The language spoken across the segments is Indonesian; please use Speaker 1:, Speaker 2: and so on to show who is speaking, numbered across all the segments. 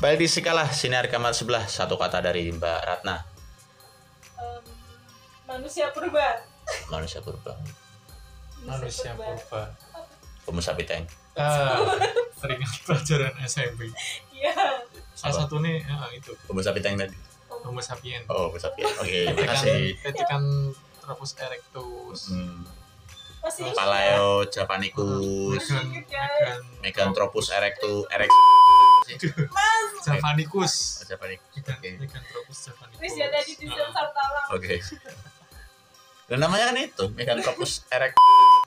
Speaker 1: Baik disikalah sinar kamar sebelah satu kata dari Mbak Ratna
Speaker 2: Em, manusia purba.
Speaker 1: manusia purba
Speaker 3: manusia purba
Speaker 1: Homo sapien.
Speaker 3: ah, teringat pelajaran SMP
Speaker 2: Iya.
Speaker 3: salah satu nih ah, itu
Speaker 1: Homo sapien tadi
Speaker 3: Homo sapien
Speaker 1: oh Homo sapien oke terima
Speaker 3: Tekan-
Speaker 1: kasih
Speaker 3: tetikan Tropus erectus
Speaker 1: hmm.
Speaker 2: Masih ingat ya?
Speaker 1: Paleo japanicus
Speaker 3: Megan
Speaker 2: Ingat, guys.
Speaker 3: Megan
Speaker 1: Meganthropus erectus erex
Speaker 3: Javanicus
Speaker 1: Japanicus
Speaker 3: Megan
Speaker 1: Oke.
Speaker 3: Megan Tropus Javanicus
Speaker 2: Terus ya tadi di
Speaker 3: Ah.
Speaker 2: Zon Sartalang.
Speaker 1: Nah. oke dan namanya kan itu Meganthropus erect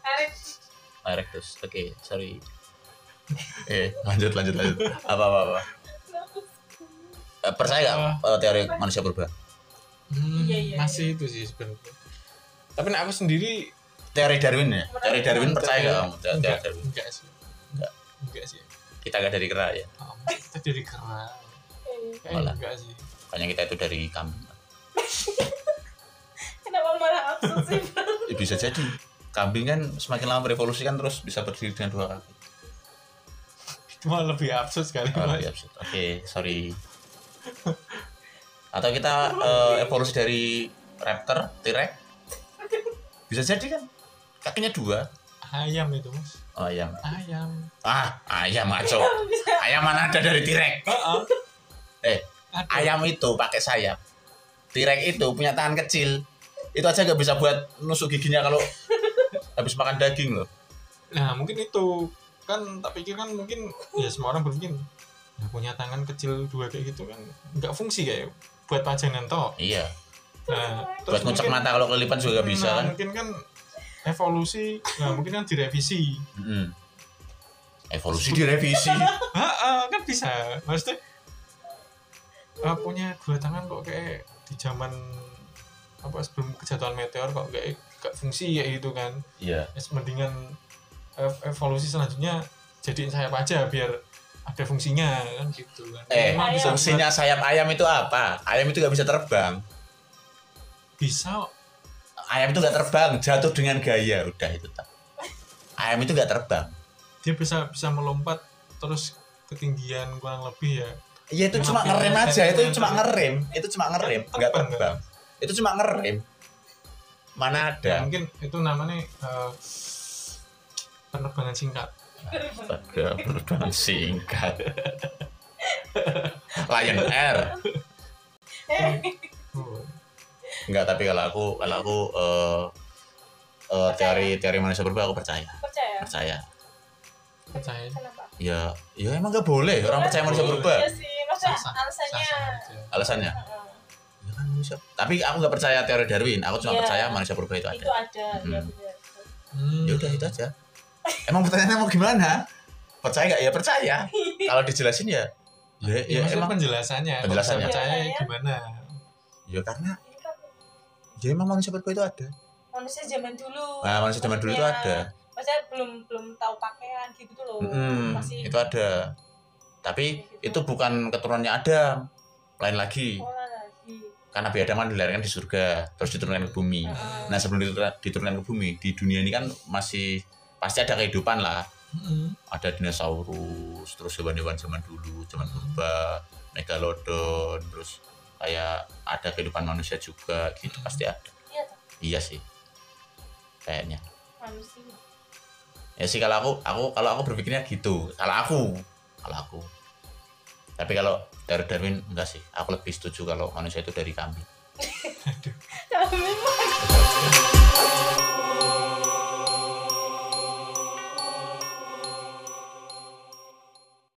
Speaker 2: Erek.
Speaker 1: erectus oke sorry eh lanjut lanjut lanjut apa apa apa Eh, percaya nggak eh, teori manusia purba
Speaker 3: Hmm,
Speaker 2: Iya, iya,
Speaker 3: masih itu sih sebenarnya tapi nek aku sendiri
Speaker 1: teori Darwin ya teori Darwin percaya nggak kamu teori
Speaker 3: enggak,
Speaker 1: Darwin
Speaker 3: enggak sih
Speaker 1: Enggak.
Speaker 3: enggak sih
Speaker 1: kita nggak dari kera ya
Speaker 3: Ah, kita jadi kera
Speaker 2: Eh,
Speaker 3: Eh,
Speaker 1: Malah.
Speaker 3: enggak sih
Speaker 1: makanya kita itu dari kambing
Speaker 2: Kenapa malah absurd sih?
Speaker 1: Ya, bisa jadi kambing kan semakin lama berevolusi kan terus bisa berdiri dengan dua kaki
Speaker 3: itu malah lebih absurd sekali
Speaker 1: Oh,
Speaker 3: Mas.
Speaker 1: lebih absurd. Oke, sorry. Atau kita eh, evolusi dari raptor, T-Rex? Bisa jadi kan? Kakinya dua.
Speaker 3: ayam itu mas
Speaker 1: Oh, ayam.
Speaker 3: ayam
Speaker 1: Ah, ayam maco.
Speaker 2: Bisa.
Speaker 1: Ayam mana ada dari T-Rex?
Speaker 3: Ah, ah.
Speaker 1: Eh,
Speaker 3: Ada.
Speaker 1: ayam itu pakai sayap. T-Rex itu punya tangan kecil. Itu aja nggak bisa buat nusuk giginya kalau habis makan daging loh.
Speaker 3: nah mungkin itu kan tak pikir kan mungkin ya semua orang berpikir ya, punya tangan kecil dua kayak gitu kan nggak fungsi kayak buat pajangan toh
Speaker 1: Iya,
Speaker 3: nah
Speaker 1: buat ngucek mata kalau kelipan juga nggak bisa
Speaker 3: nah,
Speaker 1: kan.
Speaker 3: mungkin kan evolusi nah mungkin kan direvisi
Speaker 1: Mm. Evolusi direvisi.
Speaker 3: Ah, ah, kan bisa maksudnya ah, punya dua tangan kok kayak di zaman apa sebelum kejatuhan meteor kok kayak gak fungsi ya gitu kan
Speaker 1: Iya.
Speaker 3: Yes, mendingan ev- evolusi selanjutnya jadiin sayap aja biar ada fungsinya kan gitu kan
Speaker 1: Eh,
Speaker 3: Emang bisa
Speaker 1: fungsinya sayap ayam itu apa? Ayam itu nggak bisa terbang.
Speaker 3: buat- bisa
Speaker 1: Ayam itu nggak terbang, jatuh dengan gaya. Udah itu tak. Ayam itu nggak terbang.
Speaker 3: dia bisa bisa melompat terus ketinggian kurang lebih ya
Speaker 1: Iya itu cuma ngerem aja, itu cuma ngerem, itu cuma ngerem, nggak terbang. Itu cuma ngerem. Mana
Speaker 3: Ya,
Speaker 1: ada?
Speaker 3: mungkin itu namanya eh, penerbangan singkat
Speaker 1: Ada penerbangan singkat. Lion Air.
Speaker 2: Eh,
Speaker 1: Hmm.
Speaker 3: Oh.
Speaker 1: Nggak, tapi kalau aku kalau aku eh, eh, teori teori manusia berubah aku percaya,
Speaker 2: percaya.
Speaker 1: percaya.
Speaker 3: percaya
Speaker 2: Kenapa?
Speaker 1: Ya, ya emang nggak boleh orang percaya manusia berubah.
Speaker 2: Iya sih, maksudnya
Speaker 3: Sah-sah.
Speaker 2: alasannya.
Speaker 3: Sah-sah aja.
Speaker 1: Alasannya?
Speaker 2: Heeh.
Speaker 1: Ya kan manusia. Tapi aku nggak percaya teori Darwin. Aku cuma
Speaker 2: Iya.
Speaker 1: percaya manusia purba itu
Speaker 2: Itu
Speaker 1: ada.
Speaker 2: ada, ya
Speaker 1: Hmm.
Speaker 2: benar.
Speaker 3: Hmm.
Speaker 1: Ya udah itu aja. Emang pertanyaannya mau gimana? Percaya nggak? Ya percaya. Kalau dijelasin ya, ya,
Speaker 3: Ya,
Speaker 1: ya
Speaker 3: maksudnya
Speaker 1: emang.
Speaker 3: penjelasannya.
Speaker 1: Penjelasannya.
Speaker 3: Kalau bisa percaya
Speaker 2: Iya,
Speaker 3: gimana?
Speaker 1: Ya karena
Speaker 2: Ini kan
Speaker 1: ya emang manusia purba itu ada.
Speaker 2: manusia zaman dulu.
Speaker 1: Nah, manusia zaman dulu itu
Speaker 2: Maksudnya-
Speaker 1: ada.
Speaker 2: Maksudnya belum belum tahu pakaian gitu tuh loh.
Speaker 1: Mm-mm,
Speaker 2: Masih
Speaker 1: Hmm, itu ada. Tapi itu bukan keturunannya Adam. Lain lagi.
Speaker 2: sekolah lagi.
Speaker 1: Karena Nabi Adam kan dilahirkan di surga, terus diturunkan ke bumi.
Speaker 2: Heeh.
Speaker 1: Nah sebelum diturun- diturunkan ke bumi, di dunia ini kan masih pasti ada kehidupan lah.
Speaker 3: Mm-mm.
Speaker 1: ada dinosaurus terus hewan-hewan zaman dulu zaman purba megalodon terus kayak ada kehidupan manusia juga gitu pasti ada
Speaker 2: Iya tuh,
Speaker 1: iya sih kayaknya
Speaker 2: manusia.
Speaker 1: ya sih kalau aku aku kalau aku berpikirnya gitu kalau aku kalau aku tapi kalau dari Darwin enggak sih aku lebih setuju kalau manusia itu dari kambing
Speaker 2: Kami mau